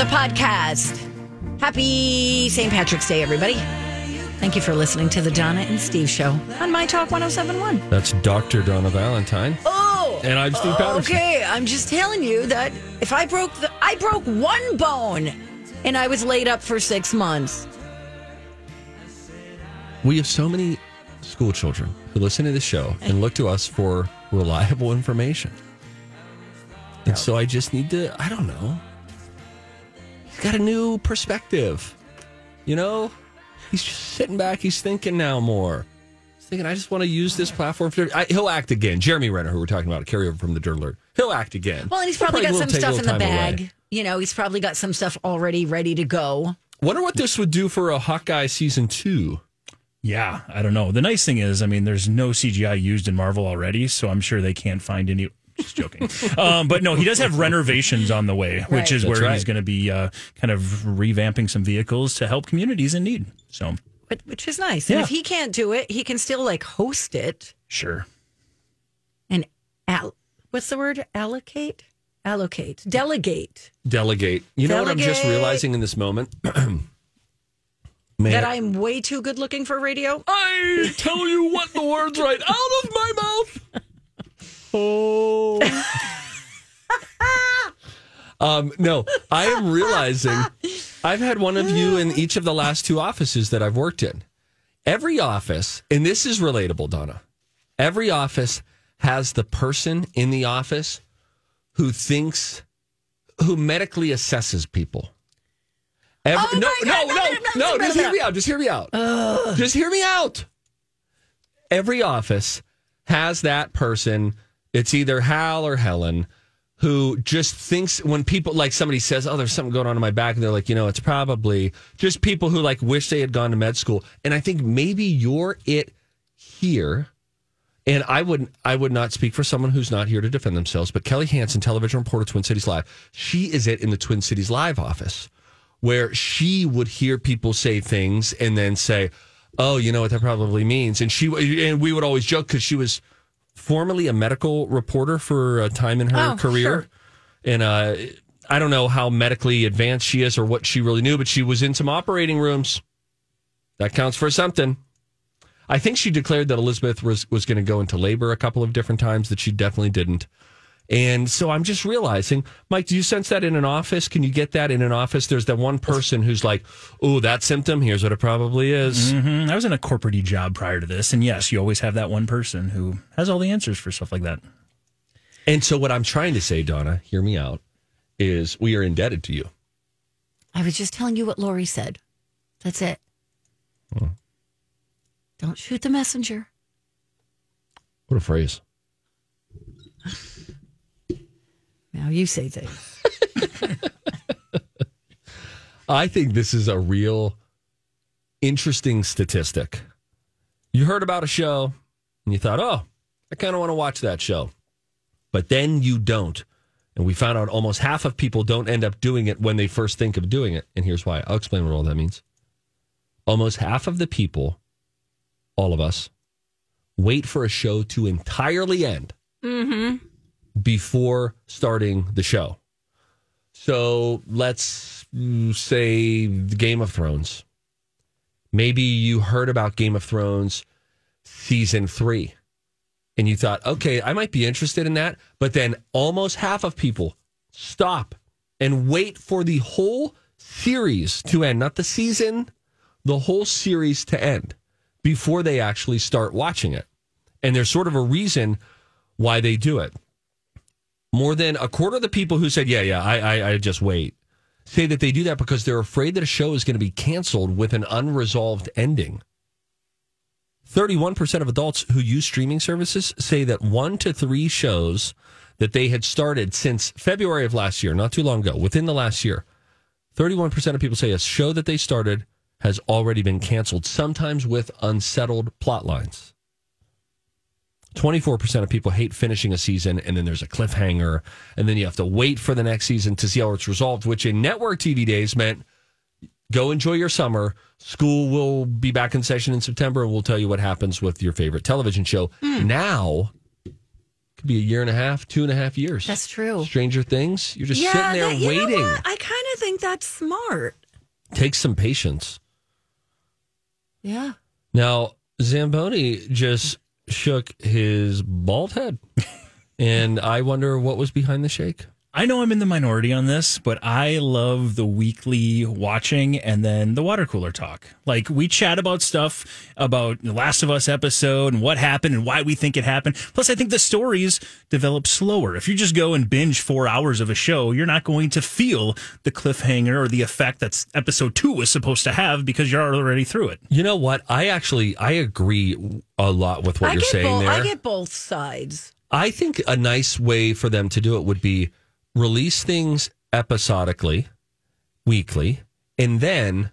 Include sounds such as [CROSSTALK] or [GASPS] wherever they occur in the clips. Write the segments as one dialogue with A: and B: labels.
A: podcast. Happy St. Patrick's Day, everybody. Thank you for listening to the Donna and Steve Show on My Talk 1071.
B: That's Dr. Donna Valentine.
A: Oh,
B: And I'm Steve Patterson.
A: okay. I'm just telling you that if I broke the, I broke one bone and I was laid up for six months.
B: We have so many school children who listen to the show and look to us for reliable information. And so I just need to, I don't know. He's got a new perspective. You know? He's just sitting back, he's thinking now more. He's thinking, I just want to use this platform for I, he'll act again. Jeremy Renner, who we're talking about, a carryover from the Dirt Alert. He'll act again.
A: Well, and he's
B: He'll
A: probably got
B: will
A: some
B: take a
A: stuff in
B: little
A: the
B: time
A: bag.
B: away.
A: You know, he's probably got some stuff already ready to go.
B: Wonder what this would do for a Hawkeye season two.
C: Yeah, I don't know. The nice thing is, I mean, there's no CGI used in Marvel already, so I'm sure they can't find any. Just joking. um, but no, he does have renovations on the way,
A: Right.
C: which is
B: That's
C: where
B: right.
C: he's going to be uh, kind of revamping some vehicles to help communities in need. So,
A: But, which is nice. And
C: Yeah.
A: if he can't do it, he can still like host it
C: sure.
A: and al- what's the word? Allocate, allocate, delegate.
B: Delegate. You know what I'm just
A: Delegate.
B: realizing in this moment? [CLEARS THROAT] Man,
A: That I'm way too good looking for radio.
B: I tell you what the words right out of my mouth. Oh. [LAUGHS] um, no, I am realizing I've had one of you in each of the last two offices that I've worked in. Every office, and this is relatable, Donna. Every office has the person in the office who thinks who medically assesses people. Every,
A: Oh
B: no,
A: my
B: no,
A: God, no,
B: no,
A: no, no,
B: no,
A: no,
B: Just
A: no,
B: hear
A: no.
B: me out. Just hear me out. Just hear me out. Every office has that person. It's either Hal or Helen who just thinks when people like somebody says, "Oh, there's something going on in my back," and they're like, "You know, it's probably just people who like wish they had gone to med school." And I think maybe you're it here. And I would I would not speak for someone who's not here to defend themselves, but Kelly Hansen, television reporter, Twin Cities Live, she is it in the Twin Cities Live office, where she would hear people say things and then say, "Oh, you know what that probably means," and she and we would always joke because she was formerly a medical reporter for a time in her
A: Oh,
B: career,
A: sure.
B: and uh, I don't know how medically advanced she is or what she really knew, but she was in some operating rooms. That counts for something. I think she declared that Elizabeth was, was going to go into labor a couple of different times that she definitely didn't. And so I'm just realizing, Mike, do you sense that in an office? Can you get that in an office? There's that one person who's like, oh, that symptom, here's what it probably is.
C: hmm I was in a corporate job prior to this, and yes, you always have that one person who has all the answers for stuff like that.
B: And so what I'm trying to say, Donna, hear me out, is we are indebted to you.
A: I was just telling you what Lori said. That's it.
B: Hmm.
A: Don't shoot the messenger.
B: What a phrase.
A: Now you say things.
B: I think this is a real interesting statistic. You heard about a show and you thought, oh, I kind of want to watch that show. But then you don't. And we found out almost half of people don't end up doing it when they first think of doing it. And here's why I'll explain what all that means. Almost half of the people, all of us, wait for a show to entirely end
A: Mm-hmm.
B: before starting the show. So let's mm, say Game of Thrones. Maybe you heard about Game of Thrones season three and you thought, okay, I might be interested in that. But then almost half of people stop and wait for the whole series to end, not the season, the whole series to end before they actually start watching it. And there's sort of a reason why they do it. More than a quarter of the people who said, yeah, yeah, I, I, I just wait, say that they do that because they're afraid that a show is going to be canceled with an unresolved ending. 31% of adults who use streaming services say that one to three shows that they had started since February of last year, not too long ago, within the last year, 31% of people say a show that they started has already been canceled, sometimes with unsettled plot lines. 24% of people hate finishing a season and then there's a cliffhanger and then you have to wait for the next season to see how it's resolved which in network tv days meant go enjoy your summer school will be back in session in september and we'll tell you what happens with your favorite television show
A: Hmm.
B: now could be a year and a half two and a half years
A: That's true.
B: stranger things you're just sitting there
A: that- you know
B: waiting
A: what? I kind of think that's smart.
B: Takes some patience.
A: Yeah.
B: Now, Zamboni just shook his
A: [LAUGHS]
B: bald head. and I wonder what was behind the shake.
C: I know I'm in the minority on this, but I love the weekly watching and then the water cooler talk. Like we chat about stuff about the Last of Us episode and what happened and why we think it happened. Plus, I think the stories develop slower. If you just go and binge four hours of a show, you're not going to feel the cliffhanger or the effect that episode two was supposed to have because you're already through it.
B: You know what? I actually I agree a lot with what
A: I
B: you're
A: get
B: saying
A: both,
B: there.
A: I get both sides.
B: I think a nice way for them to do it would be release things episodically, weekly, and then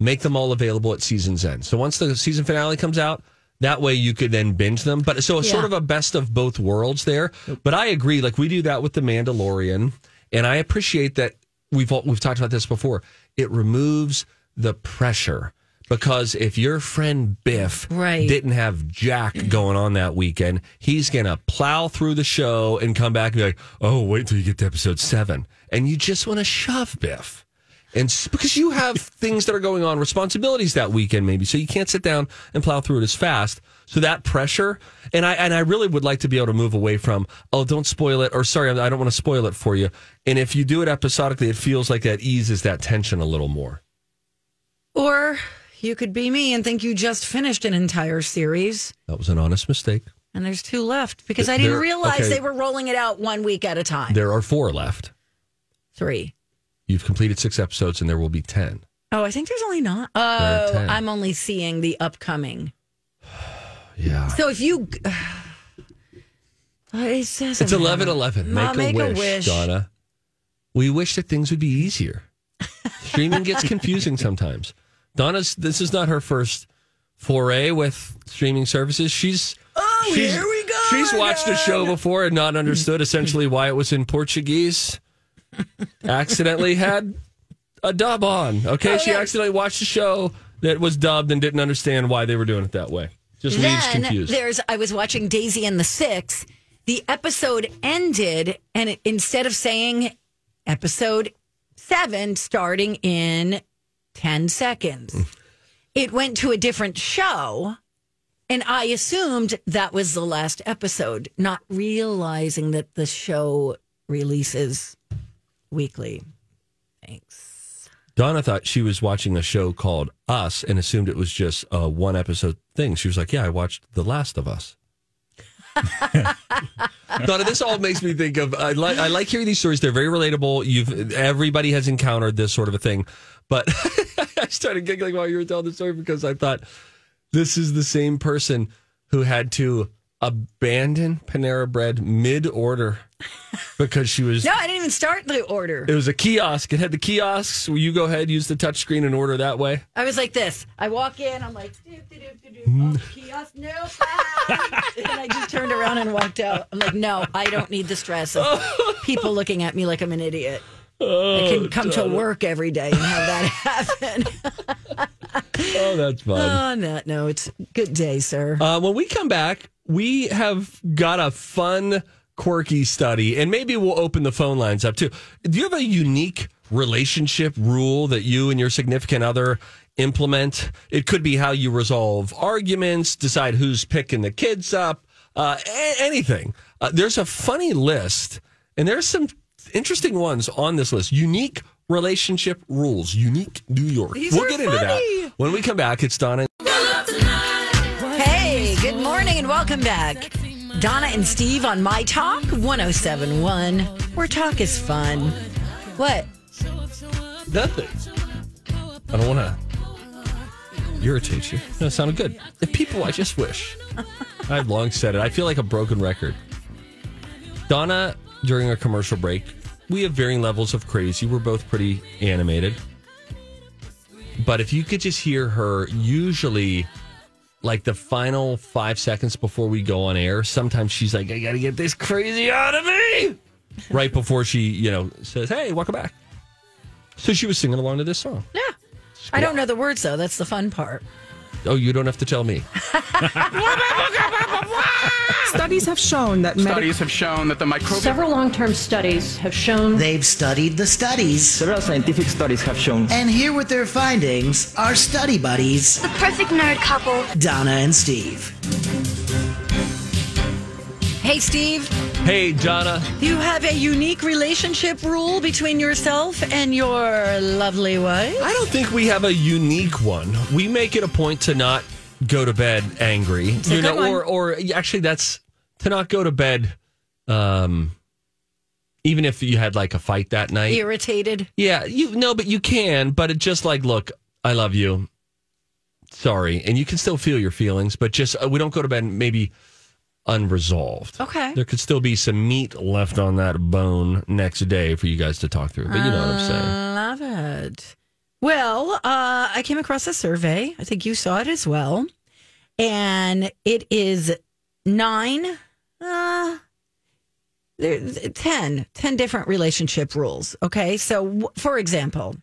B: make them all available at season's end. So once the season finale comes out, that way you could then binge them. But so it's sort
A: Yeah.
B: of a best of both worlds there. But I agree, like we do that with the Mandalorian, and I appreciate that we've all, we've talked about this before. It removes the pressure because if your friend Biff
A: Right.
B: didn't have Jack going on that weekend, he's gonna plow through the show and come back and be like, "Oh, wait till you get to episode seven. and you just want to shove Biff and s- because you have things that are going on, responsibilities that weekend maybe, so you can't sit down and plow through it as fast. So that pressure, and I and I really would like to be able to move away from, oh, don't spoil it, or sorry, I don't want to spoil it for you. And if you do it episodically, it feels like that eases that tension a little more.
A: Or you could be me and think you just finished an entire series
B: That was an honest mistake.
A: and there's two left because I didn't
B: There-
A: realize
B: okay.
A: they were rolling it out one week at a time.
B: There are four left.
A: Three.
B: You've completed six episodes, and there will be ten.
A: Oh, I think there's only not.
B: are
A: Oh,
B: ten.
A: I'm only seeing the upcoming.
B: Yeah,
A: So if you. [SIGHS] it says
B: it's
A: in there.
B: eleven eleven.
A: Ma,
B: Make, a, wish, Donna. We wish that things would be easier. Streaming
A: [LAUGHS]
B: gets confusing sometimes. Donna's this is not her first foray with streaming services. She's
A: Oh,
B: she's,
A: here we go.
B: She's watched a
A: again.
B: show before and not understood essentially why it was in Portuguese. Accidentally had a dub on. Okay, she accidentally watched a show that was dubbed and didn't understand why they were doing it that way. Just leaves
A: Then
B: confused.
A: there's I was watching Daisy and the Six. The episode ended, and it, instead of saying episode seven starting in ten seconds, it went to a different show, and I assumed that was the last episode, not realizing that the show releases weekly. Thanks.
B: Donna thought she was watching a show called Us and assumed it was just a one episode thing. She was like, Yeah, I watched The Last of Us. [LAUGHS] Donna, this all makes me think of I, li- I like hearing these stories. They're very relatable. You've everybody has encountered this sort of a thing, but [LAUGHS] I started giggling while you were telling the story because I thought this is the same person who had to abandon Panera Bread mid order because she was
A: No, I didn't even start the order.
B: it was a kiosk. It had the kiosks where you go ahead, use the touchscreen and order that way.
A: I was like this. I walk in, I'm like, doop, doop, doop, doop, oh, kiosk, no. ah. and I just turned around and walked out. I'm like, no, I don't need the stress of people looking at me like I'm an idiot. I can come to work every day and have that happen.
B: Oh, that's fun.
A: [LAUGHS] On that note, good day, sir.
B: Uh, when we come back, we have got a fun, quirky study, and maybe we'll open the phone lines up too. Do you have a unique relationship rule that you and your significant other implement? It could be how you resolve arguments, decide who's picking the kids up, uh, a- anything. Uh, there's a funny list, and there's some interesting ones on this list. Unique relationship rules, unique New York.
A: These
B: we'll
A: are
B: get into
A: funny.
B: that when we come back. It's Donna.
A: Hey, good morning and welcome back. Donna and Steve on My Talk 1071, where talk is fun. What?
B: Nothing. I don't want to irritate you. No, it sounded good. The people, I just wish. I've long said it. I feel like a broken record. Donna, during our commercial break, we have varying levels of crazy. We're both pretty animated. But if you could just hear her, usually like the final five seconds before we go on air, sometimes she's like, I got to get this crazy out of me. right before she, you know, says, Hey, welcome back. So she was singing along to this song.
A: Yeah. I don't know the words, though. That's the fun part.
B: Oh, you don't have to tell me.
D: Studies have shown that medic-
E: Studies have shown that the microbial
F: Several long term studies have shown
G: They've studied the studies.
H: Several scientific studies have shown
G: And here with their findings are study buddies,
I: The perfect nerd couple.
G: Donna and Steve.
A: Hey, Steve,
B: Hey, Donna.
A: you have a unique relationship rule between yourself and your lovely wife.
B: I don't think we have a unique one. We make it a point to not go to bed angry,
A: a
B: you
A: good
B: know,
A: one.
B: or or actually that's to not go to bed, um, even if you had like a fight that night.
A: Irritated.
B: Yeah, you no, but you can. But it just like, look, I love you. Sorry, and you can still feel your feelings, but just uh, we don't go to bed maybe unresolved.
A: Okay.
B: there could still be some meat left on that bone next day for you guys to talk through. But you know what I'm saying.
A: Love it. Well, uh, I came across a survey. I think you saw it as well. And it is nine, uh, there, 10, 10 different relationship rules. Okay. So, w- for example,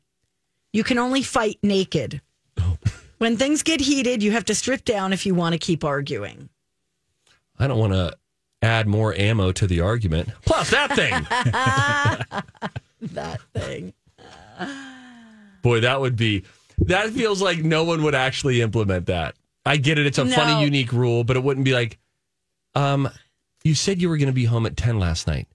A: you can only fight naked. When things get heated, you have to strip down if you want to keep arguing.
B: I don't want to add more ammo to the argument. Plus that thing.
A: That thing.
B: Boy, that would be that feels like no one would actually implement that. I get it. It's a
A: No.
B: funny unique rule, but it wouldn't be like um you said you were going to be home at 10 last night.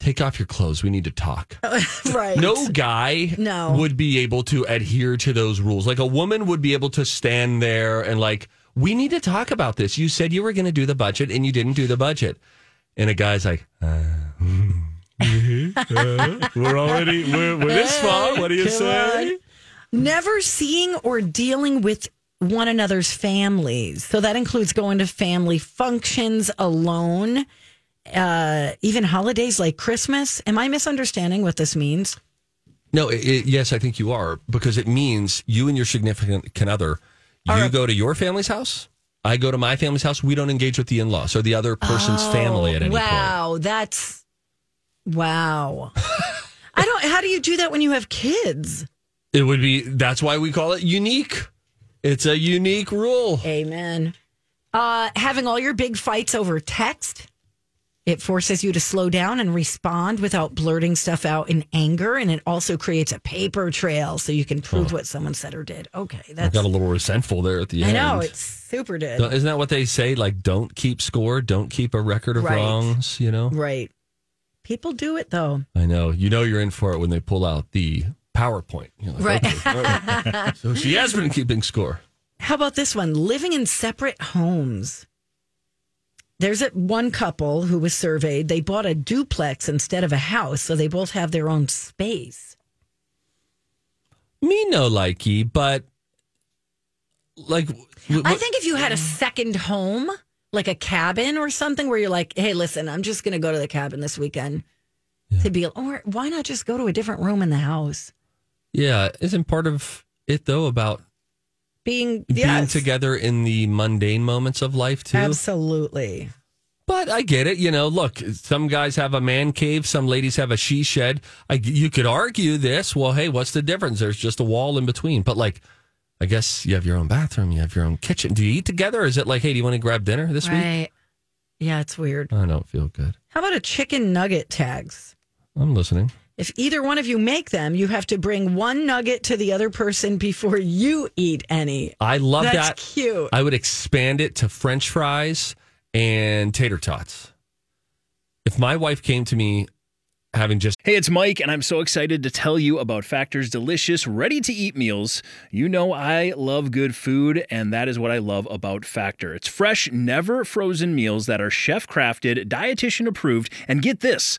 B: Take off your clothes. We need to talk.
A: Right.
B: [LAUGHS] No guy
A: No.
B: would be able to adhere to those rules. Like a woman would be able to stand there and like, we need to talk about this. You said you were going to do the budget and you didn't do the budget. And a guy's like, uh, mm, mhm, uh, we're already we're, we're this far. What do you say?
A: never seeing or dealing with one another's families. So that includes going to family functions alone, uh, even holidays like Christmas. Am I misunderstanding what this means?
B: No, it, it- yes, I think you are because it means you and your significant other, you go to your family's house. I go to my family's house. We don't engage with the in-laws or the other person's family
A: Oh,
B: at any point.
A: wow, that's wow. [LAUGHS] I don't. How do you do that when you have kids?
B: It would be that's why we call it unique. It's a unique rule.
A: Amen. Uh, having all your big fights over text, it forces you to slow down and respond without blurting stuff out in anger, and it also creates a paper trail so you can prove what someone said or did. Okay,
B: I
A: that's
B: Oh. got a little resentful there at the
A: I
B: end.
A: know it's super did
B: Don't- Isn't that what they say? Like, don't keep score, don't keep a record of
A: Right.
B: wrongs. You know,
A: right. People do it though.
B: I know. You know, you're in for it when they pull out the PowerPoint. You're like,
A: Right.
B: okay, all
A: [LAUGHS]
B: right. so she has been keeping score.
A: How about this one? Living in separate homes. There's a, one couple who was surveyed. They bought a duplex instead of a house, so they both have their own space.
B: Me no likey, but like, w- w-
A: I think if you had a second home, like a cabin or something, where you're like, hey, listen, I'm just going to go to the cabin this weekend to be, or why not just go to a different room in the house?
B: yeah, isn't part of it though about
A: Being,
B: being
A: yes,
B: together in the mundane moments of life too?
A: absolutely.
B: But I get it. You know, look, some guys have a man cave, some ladies have a she shed. I, you could argue this. Well, hey, what's the difference? There's just a wall in between. But like, I guess you have your own bathroom, you have your own kitchen. Do you eat together? Or is it like, hey, do you want to grab dinner this week?
A: Right. Yeah, it's weird.
B: I don't feel good.
A: How about a chicken nugget tags?
B: I'm listening.
A: If either one of you make them, you have to bring one nugget to the other person before you eat any.
B: I love
A: That's
B: that.
A: cute.
B: I would expand it to French fries and tater tots. If my wife came to me having just
C: Hey, it's Mike, and I'm so excited to tell you about Factor's delicious, ready to eat meals. You know, I love good food, and that is what I love about Factor. It's fresh, never frozen meals that are chef crafted, dietitian approved, and get this,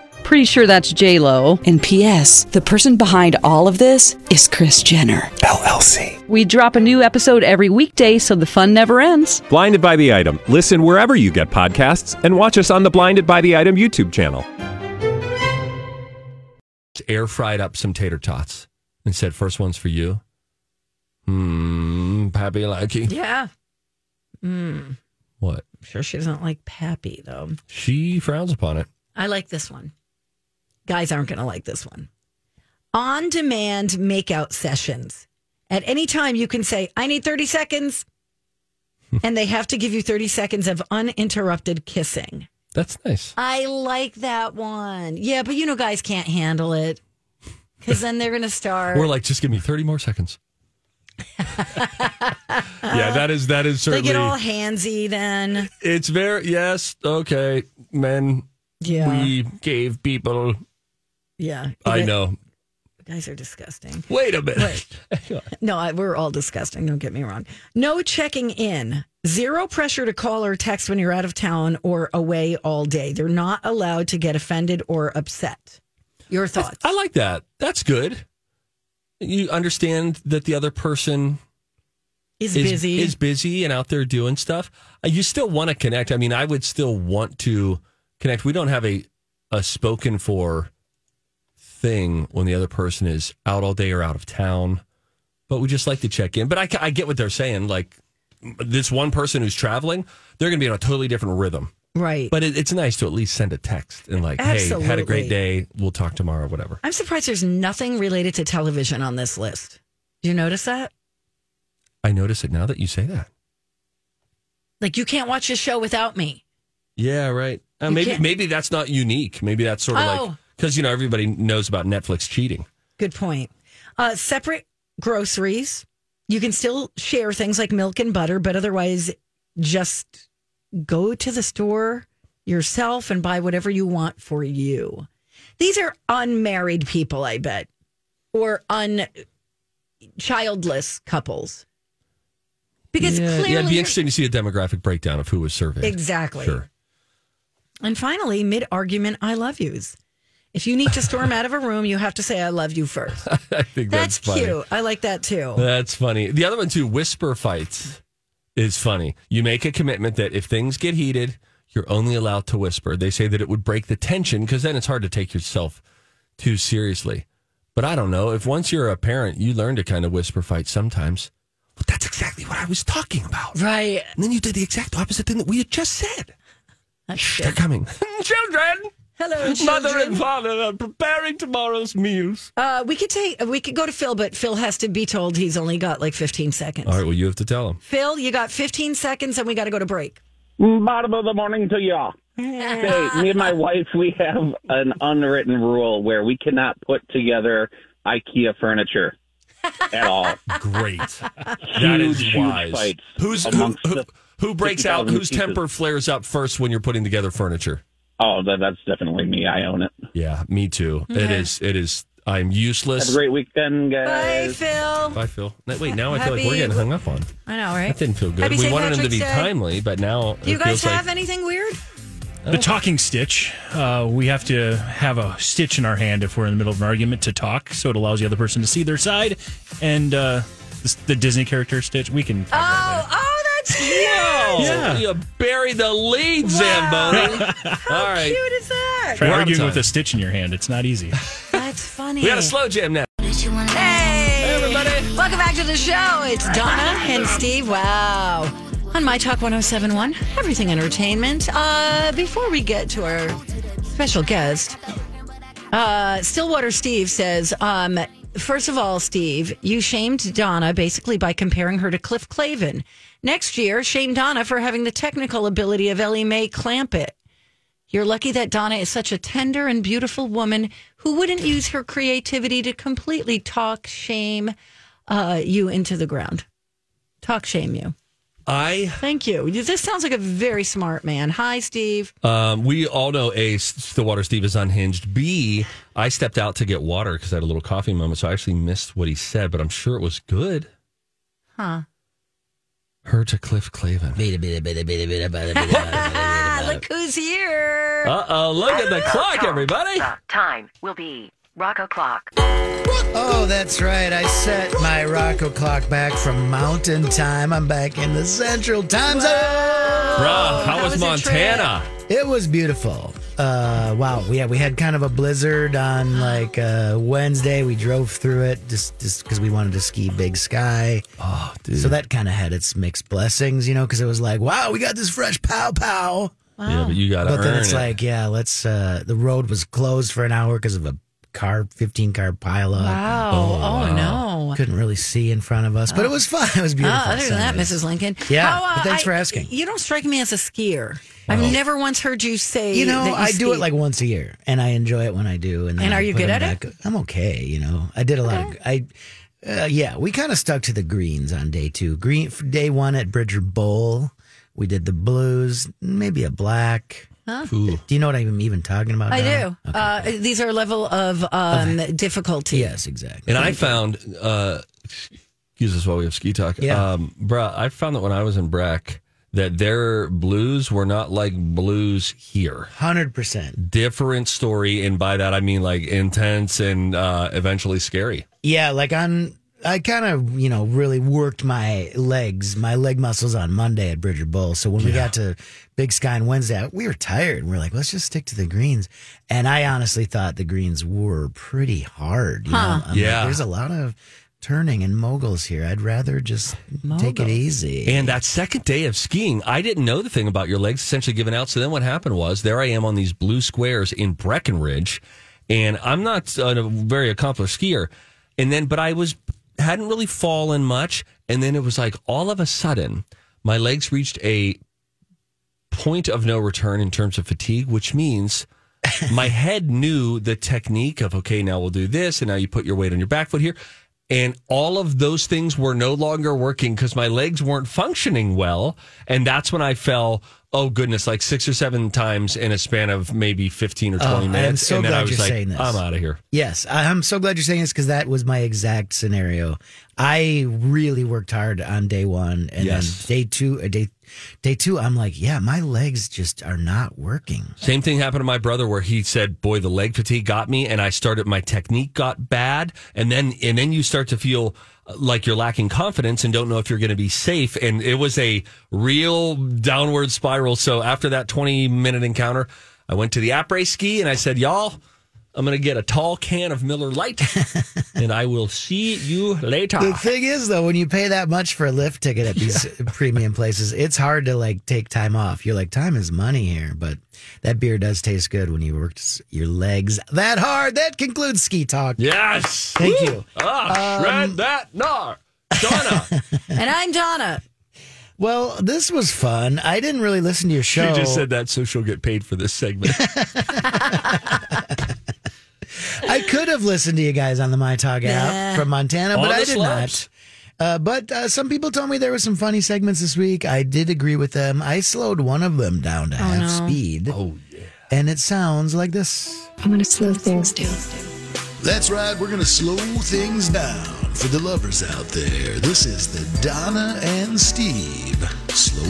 E: Pretty sure that's J Lo.
H: And P.S. The person behind all of this is Chris Jenner.
D: LLC.
E: We drop a new episode every weekday, so the fun never ends.
D: Blinded by the Item. Listen wherever you get podcasts, and watch us on the Blinded by the Item YouTube channel.
B: air fried up some tater tots and said, first one's for you. Hmm, Pappy Lucky.
A: Yeah.
B: What?
A: I'm sure she doesn't like Pappy, though.
B: She frowns upon it.
A: I like this one. Guys aren't going to like this one. On demand makeout sessions. At any time, you can say, I need 30
B: [LAUGHS]
A: seconds. and they have to give you 30 seconds of uninterrupted kissing.
B: That's nice.
A: I like that one. Yeah, but you know, guys can't handle it because then they're going to start.
B: We're like, just give me 30
A: [LAUGHS]
B: more seconds. yeah, that is that is
A: they
B: certainly
A: get all handsy then.
B: it's very yes, okay. Men
A: Yeah.
B: we gave people
A: yeah.
B: I
A: You
B: know.
A: Guys are disgusting.
B: Wait a minute.
A: No, I, we're all disgusting. Don't get me wrong. No checking in. Zero pressure to call or text when you're out of town or away all day. They're not allowed to get offended or upset. Your thoughts?
B: I like that. That's good. You understand that the other person
A: is,
B: is
A: busy.
B: is busy and out there doing stuff. Uh, You still want to connect. I mean, I would still want to connect. We don't have a a spoken for thing when the other person is out all day or out of town, but we just like to check in. But I, ca- I get what they're saying. Like this one person who's traveling, they're going to be on a totally different rhythm.
A: right.
B: But it, it's nice to at least send a text and like, hey, had a
A: Absolutely.
B: great day. We'll talk tomorrow, whatever.
A: I'm surprised there's nothing related to television on this list. Do you notice that?
B: I notice it now that you say that.
A: Like you can't watch a show without me.
B: Yeah, right. Uh,
A: You
B: maybe
A: can't-
B: maybe that's not unique. Maybe that's sort of like
A: Oh.
B: because you know everybody knows about Netflix cheating.
A: Good point. Uh, separate groceries. You can still share things like milk and butter, but otherwise, just go to the store yourself and buy whatever you want for you. These are unmarried people, I bet, or un childless couples. Because
B: yeah,
A: clearly,
B: yeah, it'd be
A: you're-
B: interesting to see a demographic breakdown of who was surveyed.
A: Exactly.
B: Sure.
A: And finally, mid argument, I love yous. If you need to storm out of a room, you have to say, I love you first.
B: I [LAUGHS] think
A: That's,
B: that's, funny.
A: cute. I like that too.
B: That's funny. The other one too, whisper fights, is funny. You make a commitment that if things get heated, you're only allowed to whisper. They say that it would break the tension because then it's hard to take yourself too seriously. But I don't know if once you're a parent, you learn to kind of whisper fight sometimes. Well, that's exactly what I was talking about.
A: Right.
B: And then you did the exact opposite thing that we had just said.
A: That's
B: They're
A: good.
B: coming. [LAUGHS] children,
A: Hello,
B: mother
A: children.
B: and father are preparing tomorrow's meals.
A: Uh, we could take. We could go to Phil, but Phil has to be told he's only got like 15 seconds.
B: All right, well, you have to tell them.
A: Phil, you got 15 seconds, and we got to go to break.
I: Bottom of the morning to y'all. hey, me and my wife, we have an unwritten rule where we cannot put together IKEA furniture at all.
B: Great. [LAUGHS] that is
I: Huge, huge
B: wise.
I: fights
B: Who's who,
I: amongst
B: who,
I: the
B: who breaks out?
I: 50,000
B: Whose temper flares up first when you're putting together furniture?
I: Oh, that, that's definitely me. I own it.
B: Yeah, me too. It is. It is. I'm
I: Have a
B: useless.
I: great weekend,
A: Bye,
I: guys.
A: Phil.
B: Bye, Phil. No, Wait, now I feel like we're
A: Happy-
B: getting hung up on.
A: I know, right?
B: [LAUGHS] That didn't feel good.
A: Happy
B: we
A: St.
B: wanted him to
A: Patrick's
B: be
A: Day.
B: timely, but now
A: Do you
B: it
A: guys
B: feels
A: have
B: like
A: anything weird?
C: The talking stitch. Uh, we have to have a stitch in our hand if we're in the middle of an argument to talk, so it allows the other person to see their side. And uh, this, the Disney character Stitch, we can. talk about
A: Oh, oh, that's cute.
B: Oh,
C: Yeah.
B: you buried the lead, Zamboni. All right.
A: Cute is that?
C: it. Try
B: We're out of
C: arguing with
B: time.
C: a stitch in your hand. It's not easy.
A: That's funny.
B: We got a slow jam now.
A: Hey,
B: everybody.
A: Welcome back to the show. It's Donna and Steve. Wow. On My Talk 1071, Everything Entertainment. Uh, before we get to our special guest, uh, Stillwater Steve says, um, First of all, Steve, you shamed Donna basically by comparing her to Cliff Clavin. Next year, shame Donna for having the technical ability of Ellie Mae Clampett. You're lucky that Donna is such a tender and beautiful woman who wouldn't use her creativity to completely talk shame uh, you into the ground. Talk shame you.
B: I
A: Thank you. This sounds like a very smart man. Hi, Steve.
G: Oh,
B: um, we all know a S- the water Steve is unhinged. B I stepped out to get water because I had a little coffee moment, so I actually missed what he said, but I'm sure it was good.
A: Huh.
B: Her to Cliff Clavin.
G: Bada, bada, bada, bada, bada, bada, bada, bada,
A: [LAUGHS]
G: bada.
A: Ah, look who's here.
B: Uh oh! Look at the clock, everybody.
J: Time will be rock o'clock.
G: [LAUGHS] Oh, that's right. I set my Rocco clock back from Mountain Time. I'm back in the Central Time Zone.
B: Rob, how
A: that
B: was,
A: was a
B: Montana?
G: It was beautiful. Uh, wow. Yeah, we had kind of a blizzard on like uh, Wednesday. We drove through it just just because we wanted to ski Big Sky.
B: Oh, dude.
G: So that kind of had its mixed blessings, you know, because it was like, wow, we got this fresh pow pow.
B: Yeah, but you got to
G: But
B: earn
G: then it's
B: it.
G: like, yeah, let's. Uh, the road was closed for an hour because of a car, fifteen car pileup.
A: Wow. Oh, no.
G: Couldn't really see in front of us, but it was fun. [LAUGHS] It was
A: Uh,
G: beautiful.
A: other than that,
G: Sundays.
A: Mrs. Lincoln.
G: Yeah,
A: How, uh,
G: but thanks
A: I-
G: for asking.
A: You don't strike me as a skier. I've never once heard you say.
G: You know,
A: that
G: I do
A: ski.
G: it like once a year, and I enjoy it when I do. And, then
A: And
G: I
A: are you
G: put
A: good
G: them
A: at it?
G: back- I'm okay. You know, I did a lot of. I, uh, yeah, we kind of stuck to the greens on day two. Green for day one at Bridger Bowl, we did the blues, maybe a black.
B: Ooh.
G: Do you know what I'm even talking about?
A: I
G: Donna?
A: do. Uh, these are level of um, difficulty.
G: Yes, exactly.
B: And I found, uh, excuse us while we have ski talk.
G: Yeah.
B: Um, bruh, I found that when I was in Breck, that their blues were not like blues here.
G: Hundred percent.
B: Different story. And by that, I mean like intense and uh, eventually scary.
G: Yeah, like on. I kind of, you know, really worked my legs, my leg muscles on Monday at Bridger Bowl. So when we got to Big Sky on Wednesday, we were tired. and We are like, let's just stick to the greens. And I honestly thought the greens were pretty hard. You know? I'm like,
B: Yeah.
G: There's a lot of turning and moguls here. I'd rather just take it easy.
B: And that second day of skiing, I didn't know the thing about your legs essentially giving out. So then what happened was there I am on these blue squares in Breckenridge, and I'm not a very accomplished skier. And then, but I was hadn't really fallen much. And then it was like all of a sudden, my legs reached a point of no return in terms of fatigue, which means [LAUGHS] my head knew the technique of okay, now we'll do this, and now you put your weight on your back foot here. And all of those things were no longer working because my legs weren't functioning well. And that's when I fell, oh goodness, like six or seven times in a span of maybe 15 or 20
G: Oh, I am
B: minutes.
G: so
B: and then
G: glad
B: I was
G: you're
B: like,
G: saying this.
B: I'm out of here.
G: Yes, I- I'm so glad you're saying this because that was my exact scenario. I really worked hard on day one, and
B: Yes.
G: then day two, uh, day day two, I'm like, yeah, my legs just are not working.
B: Same thing happened to my brother where he said, "Boy, the leg fatigue got me and I started my technique got bad." And then and then you start to feel uh, like you're lacking confidence and don't know if you're going to be safe and it was a real downward spiral. So after that 20 minute encounter, I went to the après ski and I said, "Y'all, I'm going to get a tall can of Miller Lite and I will see you later."
G: The thing is, though, when you pay that much for a lift ticket at [LAUGHS] these premium places, it's hard to like take time off. You're like, time is money here, but that beer does taste good when you worked s- your legs that hard. That concludes ski talk.
B: Yes.
G: Thank you. Um,
B: Ah, shred that gnar.
G: [LAUGHS]
B: Donna.
A: And I'm Donna.
G: Well, this was fun. I didn't really listen to your
B: she
G: show.
B: just said that so she'll get paid for this segment.
G: I could have listened to you guys on the My Talk app
A: Nah.
G: from Montana, but
B: All
G: I
B: the
G: did
B: slabs.
G: not. Uh, but uh, some people told me there were some funny segments this week. I did agree with them. I slowed one of them down to half speed. Oh, yeah. And it sounds like this.
J: I'm going to slow things down.
K: That's right, we're going to slow things down for the lovers out there. This is the Donna and Steve Slow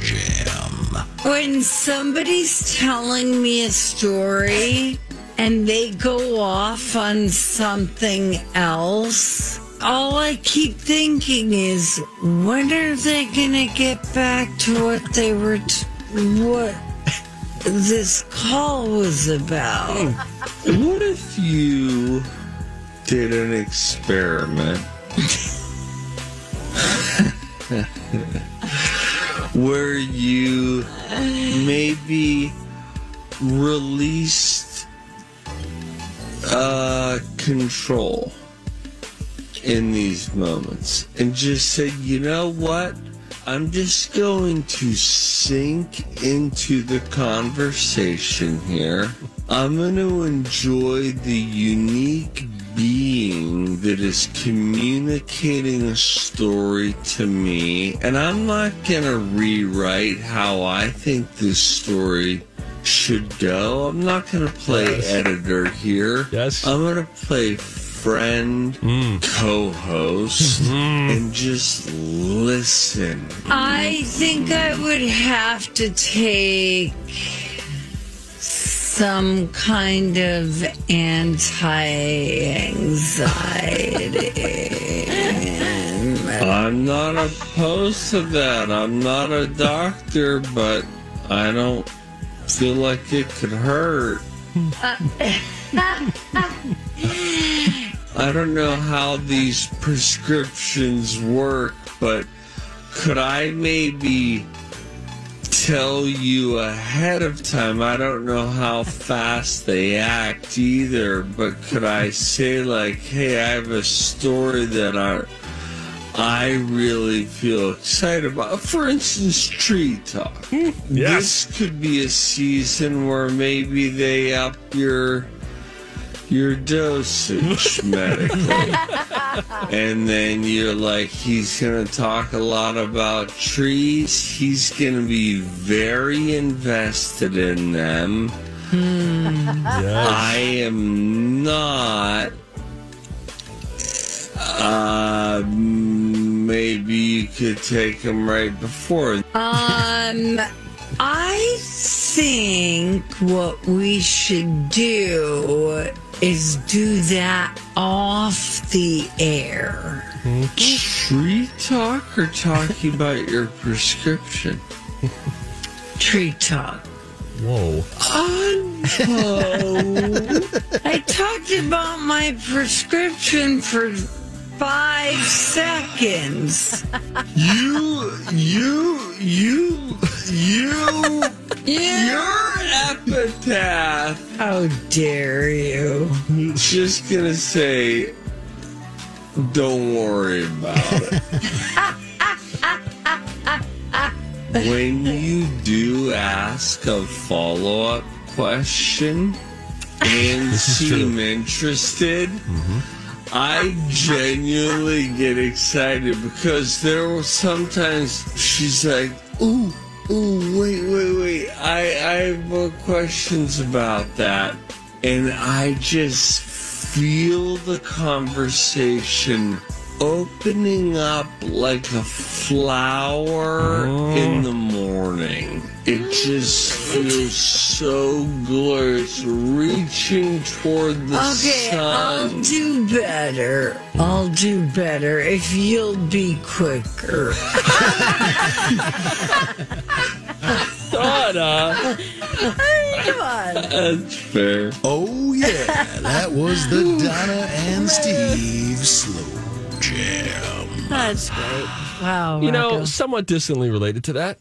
K: Jam.
A: When somebody's telling me a story and they go off on something else, all I keep thinking is, when are they going to get back to what they were, t- what this call was about?
I: What if you did an experiment where you maybe released uh, control in these moments and just said, you know what? I'm just going to sink into the conversation here. I'm going to enjoy the unique
L: being that is communicating a story to me, and I'm not going to rewrite how I think this story should go. I'm not going to play
B: Yes.
L: editor here. Yes. I'm going to play friend, co host, and just listen.
A: I think I would have to take some kind of anti anxiety.
L: I'm not opposed to that. I'm not a doctor, but I don't feel like it could hurt. I don't know how these prescriptions work, but could I maybe tell you ahead of time? I don't know how fast they act either, but could I say, like, hey, I have a story that I. I really feel excited about. For instance, tree
A: [LAUGHS]
L: talk. This could be a season where maybe they up your your dosage [LAUGHS] medically. and then you're like, he's going to talk a lot about trees. He's going to be very invested in them. [LAUGHS] I am not. Uh, maybe you could take him right before.
A: Um, I think what we should do is do that off the air.
L: Tree talk or talking about your prescription?
A: Tree talk.
B: Whoa.
A: I talked about my prescription for five seconds.
L: You, you, you, you, your epitaph.
A: How dare you?
L: Just gonna say, don't worry about it. when you do ask a follow up question and seem interested, I genuinely get excited because there will sometimes she's like, ooh, ooh, wait, wait, wait. I, I have more questions about that. And I just feel the conversation opening up like a flower in the morning. It just feels so good. It's reaching toward the
A: Okay, uh,
L: sun.
A: I'll do better. I'll do better if you'll be quicker.
L: Donna.
A: Come on.
L: That's fair.
K: Oh,
G: [LAUGHS]
K: yeah. That was the Donna and Steve Slow Jam.
A: That's great. Wow.
B: You know, somewhat distantly related to that.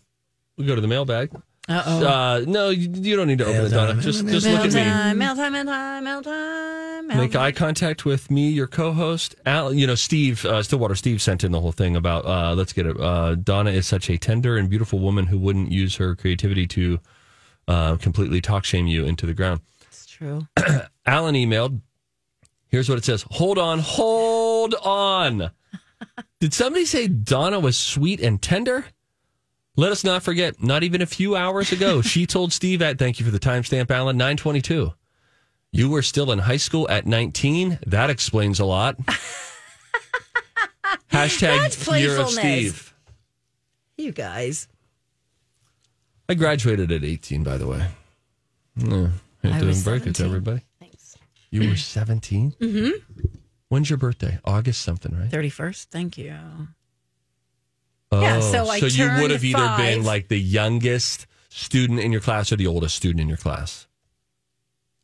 B: We go to the mailbag.
A: Uh-oh.
B: Uh, no, you, you don't need to open it, Donna. Just, just look
A: mail
B: at me.
A: time, mail time, mail time, mail time, mail
B: Make eye contact with me, your co-host, Al. You know, Steve uh, Stillwater. Steve sent in the whole thing about uh, let's get it. Uh, Donna is such a tender and beautiful woman who wouldn't use her creativity to uh, completely talk shame you into the ground.
A: It's true.
B: [CLEARS THROAT] Alan emailed. Here's what it says. Hold on, hold on. Did somebody say Donna was sweet and tender? Let us not forget, not even a few
A: [LAUGHS]
B: hours ago, she told Steve at thank you for the timestamp, Alan, 922. You were still in high school at 19. That explains
A: [LAUGHS]
B: a lot.
A: That's
B: Hashtag year of
A: playfulness.
B: Steve.
A: You guys.
B: I graduated at 18, by the way. Yeah, I
A: I
B: have to
A: was
B: break it to
A: 17.
B: everybody. You were 17?
A: Mm-hmm.
B: When's your birthday? August something, right?
A: 31st. Thank you. Yeah, so I
B: Oh, you would
A: turned
B: have either been
A: five.
B: like the youngest student in your class or the oldest student in your class,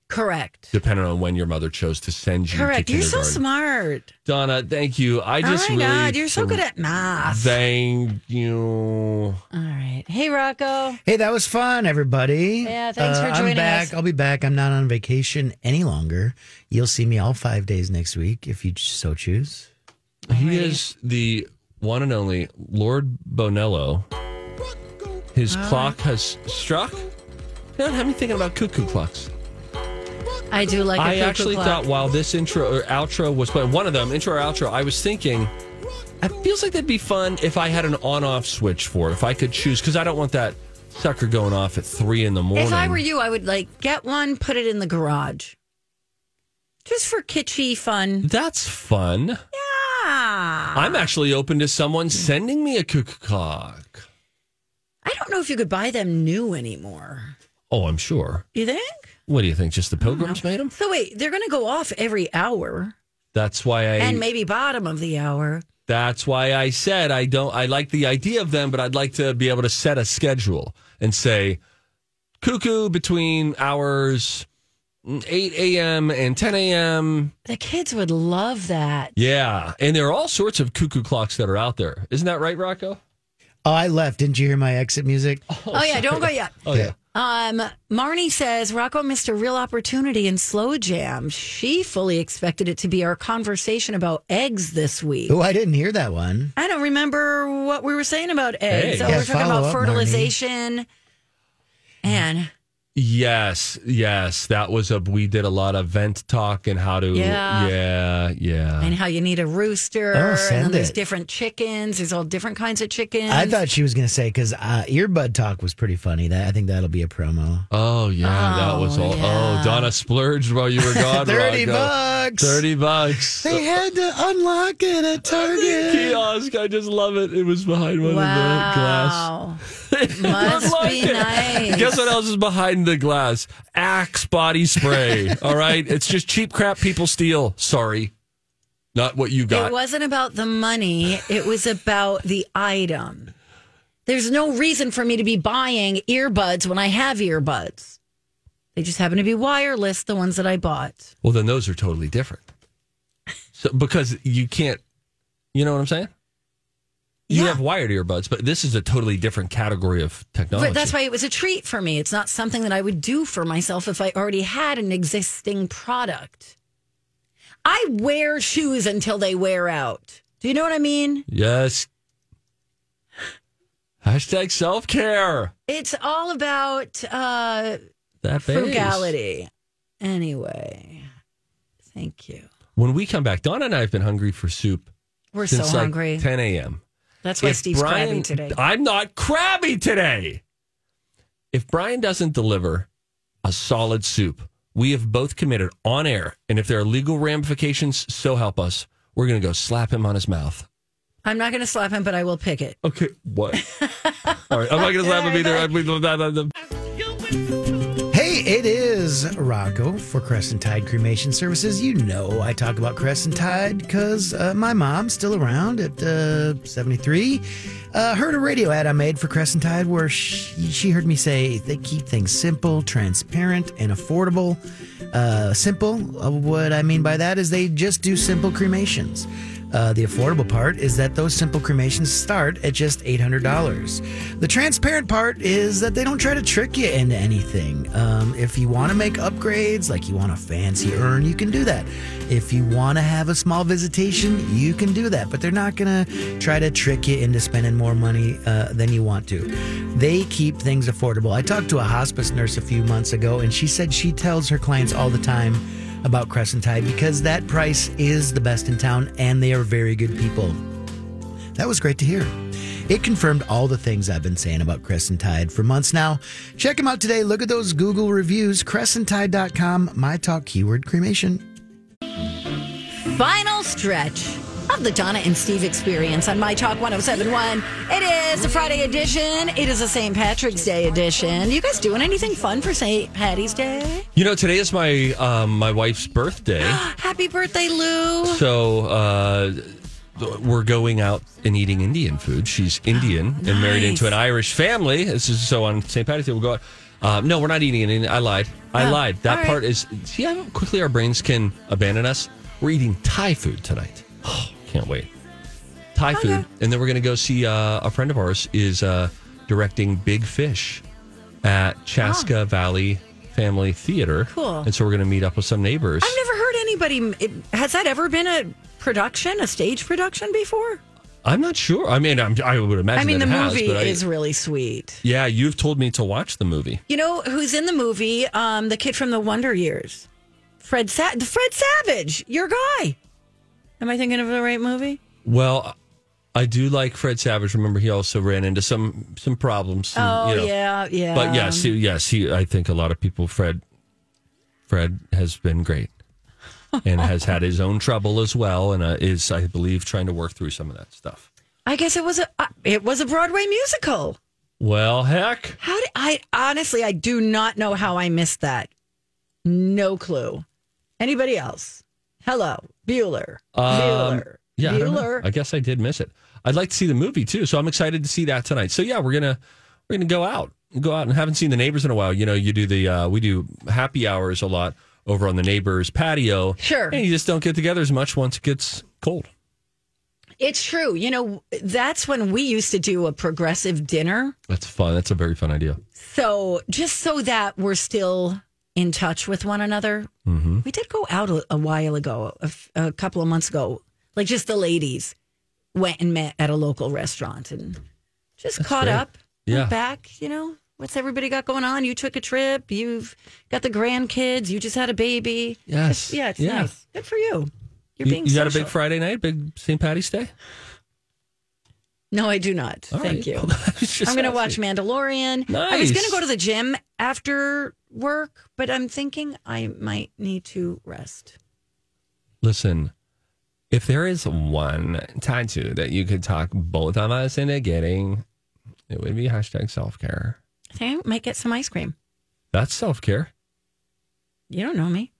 A: Correct.
B: depending on when your mother chose to send you.
A: Correct.
B: To
A: You're so
B: kindergarten.
A: smart.
B: Donna. Thank you. I just
A: oh my
B: really.
A: God. You're so good at math.
B: Thank you.
A: All right. Hey, Rocco.
G: Hey, that was fun, everybody. Uh,
A: Yeah, thanks for
G: I'm
A: joining
G: back.
A: us.
G: I'll be back. I'm not on vacation any longer. You'll see me all five days next week if you so choose.
B: He is the one and only Lord Bonello. His clock has struck. You know, it had me thinking about cuckoo clocks.
A: I do like. a
B: I
A: cuckoo
B: actually
A: clock.
B: thought while this intro or outro was playing, one of them, intro or outro, I was thinking, it feels like that'd be fun if I had an on off switch for it, if I could choose, because I don't want that sucker going off at three in the morning.
A: If I were you, I would like get one, put it in the garage, just for kitschy fun.
B: That's fun. Yeah. I'm actually open to someone sending me a cuckoo clock.
A: I don't know if you could buy them new anymore.
B: Oh, I'm sure.
A: You think?
B: What do you think? Just the pilgrims made them?
A: So wait, they're going to go off every hour
B: That's why I.
A: and maybe bottom of the hour.
B: That's why I said I don't. I like the idea of them, but I'd like to be able to set a schedule and say, cuckoo between hours mm, eight a.m. and ten a.m.
A: The kids would love
B: [LAUGHS]
A: that.
B: Yeah, and there are all sorts of cuckoo clocks that are out there. Isn't that right, Rocco?
G: Oh, I left. Didn't you hear my exit music?
A: Oh, yeah, don't go yet.
B: Oh yeah.
A: Um, Marnie says Rocco missed a real opportunity in Slow Jam. She fully expected it to be our conversation about eggs this week.
G: Oh, I didn't hear that one.
A: I don't remember what we were saying about eggs.
B: Eggs.
A: Oh,
B: Yeah,
A: we're talking
G: follow
A: about
G: up, Marnie.
A: fertilization. And
B: Yes, yes, that was a. We did a lot of vent talk and how to.
A: Yeah.
B: yeah, yeah.
A: and how you need a rooster.
G: Oh,
A: and
G: send
A: then there's
G: it.
A: different chickens. There's all different kinds of chickens.
G: I thought she was going to say because uh, earbud talk was pretty funny. That I think that'll be a promo.
B: Oh yeah, that was all. Oh, Donna splurged while you were gone.
G: [LAUGHS] Thirty
B: Rocco.
G: bucks.
B: Thirty bucks.
G: They had to
B: [LAUGHS]
G: unlock it at Target.
B: kiosk. I just love it. It was behind one
A: wow.
B: of the glass.
A: [LAUGHS] Must
B: Unlocked
A: be
B: it.
A: nice.
B: Guess what else is behind the glass? Axe
A: [LAUGHS]
B: body spray. All right, it's just cheap crap people steal. Sorry, not what you got.
A: It wasn't about the money. It was about the item. There's no reason for me to be buying earbuds when I have earbuds. They just happen to be wireless, the ones that I bought.
B: well, then those are totally different. So because you can't, you know what I'm saying? You
A: Yeah.
B: have wired earbuds, but this is a totally different category of technology.
A: But that's why it was a treat for me. It's not something that I would do for myself if I already had an existing product. I wear shoes until they wear out. Do you know what I mean?
B: Yes. Hashtag self care.
A: It's all about uh,
B: That face.
A: frugality. Anyway, thank you.
B: When we come back, Donna and I have been hungry for soup.
A: We're
B: since
A: so
B: like
A: hungry.
B: 10 a.m.
A: That's why
B: If
A: Steve's
B: Brian-
A: crabby today.
B: I'm not crabby today. If Brian doesn't deliver a solid soup, we have both committed on air, and if there are legal ramifications, so help us, we're going to go slap him on his mouth.
A: I'm not going to slap him, but I will pick it.
B: Okay, [LAUGHS] what? All right, I'm not going to slap him either. I'm-
G: Hey, it is Rocco for Crescent Tide Cremation Services. You know I talk about Crescent Tide because uh, my mom's still around at uh, 73. Uh, heard a radio ad I made for Crescent Tide where she, she heard me say they keep things simple, transparent, and affordable. Uh, simple, uh, what I mean by that is they just do simple cremations. Uh, the affordable part is that those simple cremations start at just $800. The transparent part is that they don't try to trick you into anything. Um, if you want to make upgrades, like you want a fancy urn, you can do that. If you want to have a small visitation, you can do that. But they're not going to try to trick you into spending more money uh, than you want to. They keep things affordable. I talked to a hospice nurse a few months ago, and she said she tells her clients all the time, about Crescent Tide because that price is the best in town and they are very good people. That was great to hear. It confirmed all the things I've been saying about Crescent Tide for months now. Check them out today. Look at those Google reviews. CrescentTide.com, my talk keyword cremation.
A: Final stretch of the Donna and Steve experience on My Talk 1071. It is a Friday edition. It is a St. Patrick's Day edition. You guys doing anything fun for St. Patty's Day?
B: You know, today is my um, my
A: [GASPS]
B: wife's birthday. [GASPS]
A: Happy birthday, Lou.
B: So uh, we're going out and eating Indian food. She's Indian and married into an Irish family. This is so on St. Patrick's Day. We'll go out. Um, no, we're not eating it. I lied. I
A: Oh,
B: lied. That
A: all right.
B: part is. See how quickly our brains can abandon us. We're eating Thai food tonight. Oh, can't wait. Thai food, and then we're going to go see uh, a friend of ours is uh, directing Big Fish at Chaska Valley Family Theater.
A: Ah. Cool.
B: And so we're going to meet up with some neighbors.
A: I've never heard anybody. It, has that ever been a production, a stage production before?
B: I'm not sure. I mean, I'm, I would imagine.
A: I mean,
B: that
A: the
B: it has,
A: movie
B: but I-
A: is really sweet.
B: Yeah, you've told me to watch the movie.
A: You know who's in the movie? Um, the kid from the Wonder Years. Fred Sa- the Fred Savage, your guy. Am I thinking of the right
B: Mm,
A: movie?
B: Well, I do like Fred Savage. Remember, he also ran into some some problems. some,
A: Oh,
B: you know.
A: yeah, yeah.
B: But yes, he- yes, he. I think a lot of people. Fred, Fred has
A: [LAUGHS]
B: been great, and has had his own trouble as well, and uh, is I believe trying to work through some of that stuff.
A: I guess it was a uh, it was a Broadway musical.
B: Well, heck,
A: How did I honestly I do not know how I missed that. No clue. Anybody else? Hello, Bueller.
B: Um,
A: Bueller.
B: yeah, I, don't know.
A: Bueller.
B: I guess I did miss it. I'd like to see the movie too, so I'm excited to see that tonight. So yeah, we're gonna we're gonna go out, go out, and haven't seen the neighbors in a while. You know, you do the uh, we do happy hours a lot over on the neighbors patio.
A: Sure.
B: and you just don't get together as much once it gets cold.
A: It's true. You know, that's when we used to do a progressive dinner.
B: That's fun. That's a very fun idea.
A: So just so that we're still in touch with one another,
B: Mhm.
A: we did go out a, a while ago, a, f- a couple of months ago. Like just the ladies went and met at a local restaurant and just caught
B: great.
A: up,
B: Yeah.
A: went back. You know, what's everybody got going on? You took a trip. You've got the grandkids. You just had a baby.
B: Yes.
A: Just- yeah, it's
B: Yeah.
A: nice. Good for you. You're
B: you
A: being
B: you got a
A: social.
B: big Friday night, big St. Patty's Day.
A: No, I do not.
B: All
A: Thank
B: right.
A: you.
B: [LAUGHS] I was just
A: I'm going to
B: asking.
A: watch Mandalorian. I was
B: Nice.
A: going to go to the gym after work, but I'm thinking I might need to rest.
B: Listen, if there is one tattoo that you could talk both of us into getting, it would be hashtag self care.
A: I think I might get some ice cream.
B: That's self care.
A: You don't know me.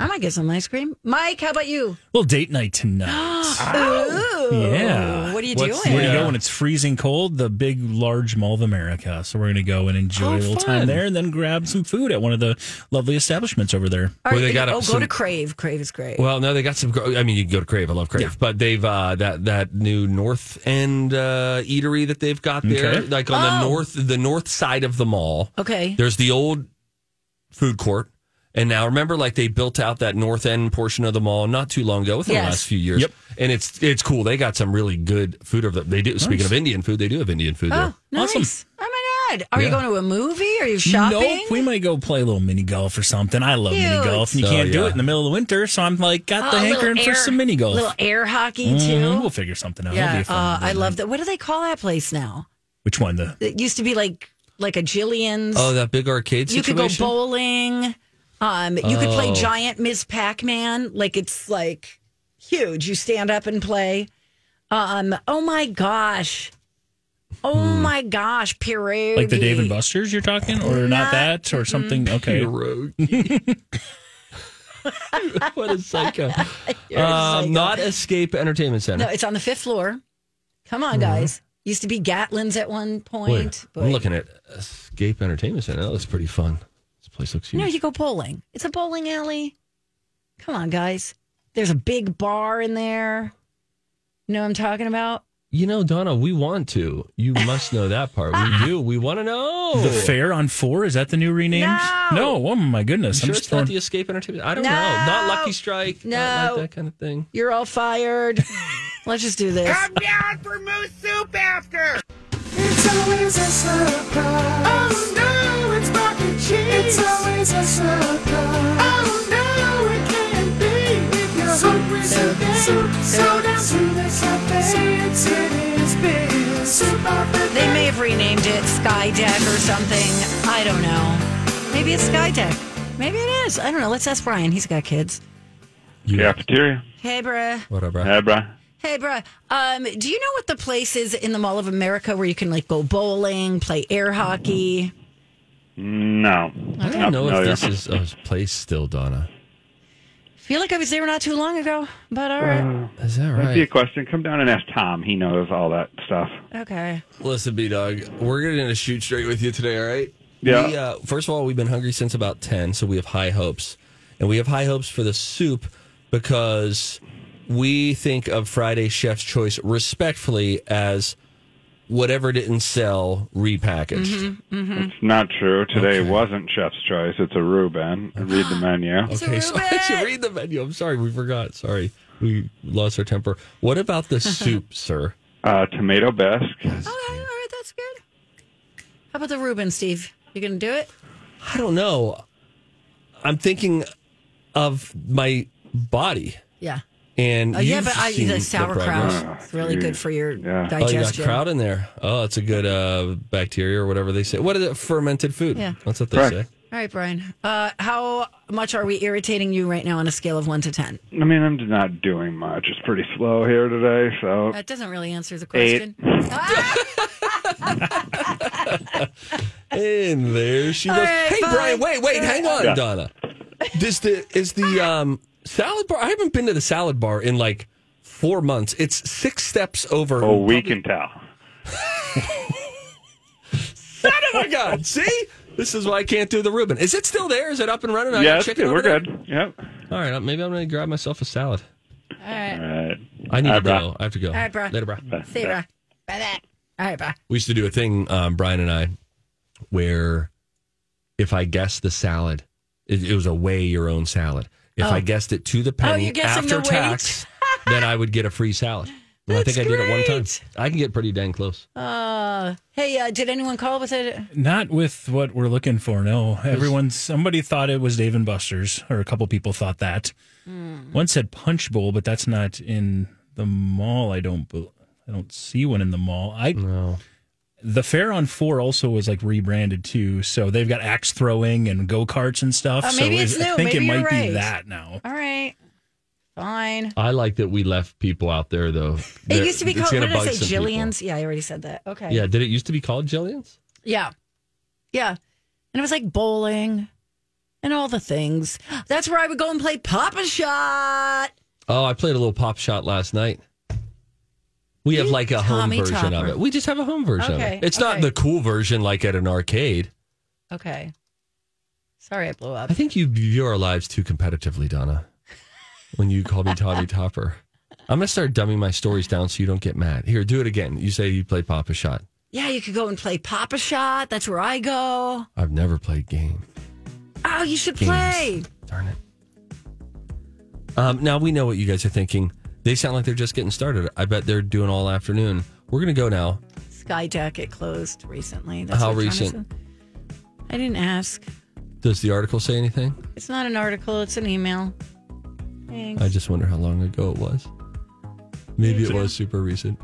A: I might get some ice cream. Mike, how about you?
C: Well, date night tonight.
A: Ooh.
C: Yeah.
A: What are you
B: What's
A: doing?
C: We're gonna
B: Yeah.
C: go when it's freezing cold, the big large Mall of America. So we're gonna go and enjoy
B: Oh,
C: a little
B: fun.
C: time there, and then grab some food at one of the lovely establishments over there.
A: All
B: Well, they
A: you-
B: got
A: oh,
B: up
A: go
B: some-
A: to Crave. Crave is great.
B: Well, no, they got some. I mean, you can go to Crave. I love Crave, but they've uh, that that new North End uh, eatery that they've got there,
C: Okay.
B: like on the
A: Oh.
B: north the north side of the mall.
A: okay.
B: There's the old food court. And now remember, like they built out that north end portion of the mall not too long ago, within the
A: Yes.
B: last few years.
C: Yep.
B: And it's it's cool. They got some really good food over there. They do. Speaking of Indian food, they do have Indian food
A: Oh,
B: there.
A: nice.
C: Awesome.
A: Oh, my God. Are you
B: Yeah.
A: going to a movie? Are you shopping?
C: Nope, we might go play a little mini golf or something. I love mini
A: Cute.
C: golf, and you
B: Oh,
C: can't do
B: yeah.
C: it in the middle of the winter. So I'm like, got the
A: Oh, a little
C: hankering for
A: air-
C: some mini golf.
A: Little air hockey, too.
C: Mhm, We'll figure something out. It'll
A: Yeah,
C: be a fun
A: uh, I
C: little
A: love
C: night.
A: that. What do they call that place now?
C: Which one? The
A: It used to be like like a Jillian's.
B: Oh, that big arcade
A: you could
B: situation.
A: go bowling. Um, you could play
B: Oh.
A: giant Ms. Pac-Man. Like it's like huge. You stand up and play. Um, oh my gosh. Oh
B: Hmm.
A: my gosh, Pierogi.
C: like the Dave and Buster's you're talking, or not,
A: Not-
C: that, or something?
A: [LAUGHS]
C: Okay,
B: Pierogi. [LAUGHS] what a psycho.
A: You're a
B: Um,
A: psycho.
B: Not Escape Entertainment Center.
A: No, it's on the fifth floor. Come on, guys. Used to be Gatlin's at one
B: Wait,
A: point.
B: Mm-hmm. I'm looking at Escape Entertainment Center. That looks pretty fun. This place looks huge.
A: No, you go bowling. It's a bowling alley. Come on, guys. There's a big bar in there. You know what I'm talking about?
B: You know, Donna, we want to. You must know that part. We do. We want to know.
C: the fair on four is that the new renames?
A: No.
C: oh my goodness,
B: I'm
C: I'm
B: sure
C: just
B: it's not
C: throwing.
B: the Escape Entertainment. I don't
A: No.
B: know. Not Lucky Strike. Not
A: No.
B: like that kind of thing.
A: You're all fired. Let's just do this. They may have renamed it Sky Deck or something. I don't know. Maybe it's Sky Deck. Maybe it is. I don't know. Let's ask Brian. He's got kids.
M: Cafeteria.
A: Hey, bruh.
B: Whatever.
M: Yeah, bro.
A: Hey, bruh. Um, do you know what the place is in the Mall of America where you can like go bowling, play air hockey?
M: No.
B: I
M: Not
B: don't know if
M: familiar.
B: this is a place still, Donna.
A: Feel like I was there not too long ago, but all right.
B: Is that
M: Might be a
B: right?
M: question. Come down and ask Tom. He knows all that stuff.
A: Okay.
B: Listen, B Dog, we're going to shoot straight with you today, all right?
M: Yeah.
B: We, uh, first of all, we've been hungry since about 10, so we have high hopes. And we have high hopes for the soup because we think of Friday's Chef's Choice respectfully as whatever didn't sell repackaged.
M: It's not true. Today wasn't Chef's Choice. It's a Reuben. Read the menu.
B: Okay, so [LAUGHS] I should read the menu. I'm sorry, we forgot. Sorry, we lost our temper. What about the soup, sir?
M: Uh, tomato bisque.
A: Okay, all right, that's good. How about the Reuben, Steve? You gonna do it?
B: I don't know. I'm thinking of my body.
A: Yeah.
B: And
A: Oh, yeah,
B: you've
A: but I,
B: seen
A: the sauerkraut
B: progress.
A: it's really good for your
B: Oh, you got
A: digestion.
B: kraut in there. Oh, it's a good uh, bacteria or whatever they say. What is it? Fermented food.
A: Yeah.
B: That's what they
M: Correct.
B: say.
A: All right, Brian. Uh, how much are we irritating you right now on a scale of one to ten?
M: I mean, I'm not doing much. It's pretty slow here today, so
A: That doesn't really answer the
M: Eight.
A: question.
B: And there she
A: All
B: goes.
A: right,
B: hey,
A: bye.
B: Brian, wait, wait, hang on,
M: Yeah.
B: Donna. This the is
A: [LAUGHS]
B: the um, salad bar. I haven't been to the salad bar in like four months. It's six steps over.
M: oh,
B: [LAUGHS]
M: we can tell.
B: Son of a gun! Oh, See, this is why I can't do the Reuben. Is it still there? Is it up and running? I gotta
M: Yeah, it's
B: check it
M: good.
B: over
M: We're
B: there.
M: good. Yep.
B: All right, maybe I'm gonna grab myself a salad.
A: All right.
M: All right.
B: I need
M: All right,
B: to
M: bro.
B: go. I have to go.
A: All right, bro.
B: Later, bro.
A: See you, bro. Bye, bye. All right, bye.
B: We used to do a thing, um, Brian and I, where if I guessed the salad, it, it was a weigh your own salad. If
A: Oh.
B: I guessed it to the penny
A: you're guessing
B: after
A: the weight?
B: tax, then I would get a
A: [LAUGHS]
B: free salad. And I
A: That's
B: think I did it one time.
A: great.
B: I can get pretty dang close.
A: Uh, hey, uh, did anyone call with it?
C: Not with what we're looking for. No, everyone. Somebody thought it was Dave and Buster's, or a couple people thought that.
A: Hmm.
C: One said Punch Bowl, but that's not in the mall. I don't. bel- I don't see one in the mall. I
A: Hmm.
B: no.
C: The fair on four also was like rebranded too, so they've got axe throwing and go karts and stuff.
A: Oh, maybe
C: so
A: it's
C: I
A: new.
C: think
A: Maybe
C: it
A: you're
C: might
A: right.
C: be that now.
A: All right. Fine.
B: I like that we left people out there though.
A: it used to be
B: It's
A: called,
B: gonna
A: what did I
B: bug
A: say,
B: some people.
A: Jillian's? Yeah, I already said that. Okay.
B: Yeah, did it used to be called Jillian's?
A: Yeah. Yeah. And it was like bowling and all the things. [GASPS] That's where I would go and play Pop a Shot.
B: Oh, I played a little pop shot last night. We have like a home
A: Tommy
B: version of
A: Topper.
B: it. We just have a home version of
A: Okay,
B: it. It's not
A: okay.
B: the cool version like at an arcade.
A: Okay. Sorry, I blew up.
B: I think you view our lives too competitively, Donna. When you call
A: [LAUGHS]
B: me Tommy Topper, I'm gonna start dumbing my stories down so you don't get mad. Here, do it again. You say you played Papa Shot.
A: Yeah, you could go and play Pop a Shot. That's where I go.
B: I've never played game.
A: Oh, you should
B: Games.
A: play.
B: Darn it. Um, now we know what you guys are thinking. They sound like they're just getting started. I bet they're doing all afternoon. We're gonna go now.
A: Sky Deck, it closed recently. That's
B: How
A: what Johnny
B: recent?
A: said. I didn't ask.
B: Does the article say anything?
A: It's not an article, it's an email. Thanks.
B: I just wonder how long ago it was. Maybe it was super recent.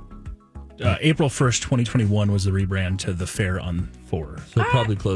C: Uh, April first, twenty twenty one, was the rebrand to the fair on four.
A: Ah,
B: So it probably closed.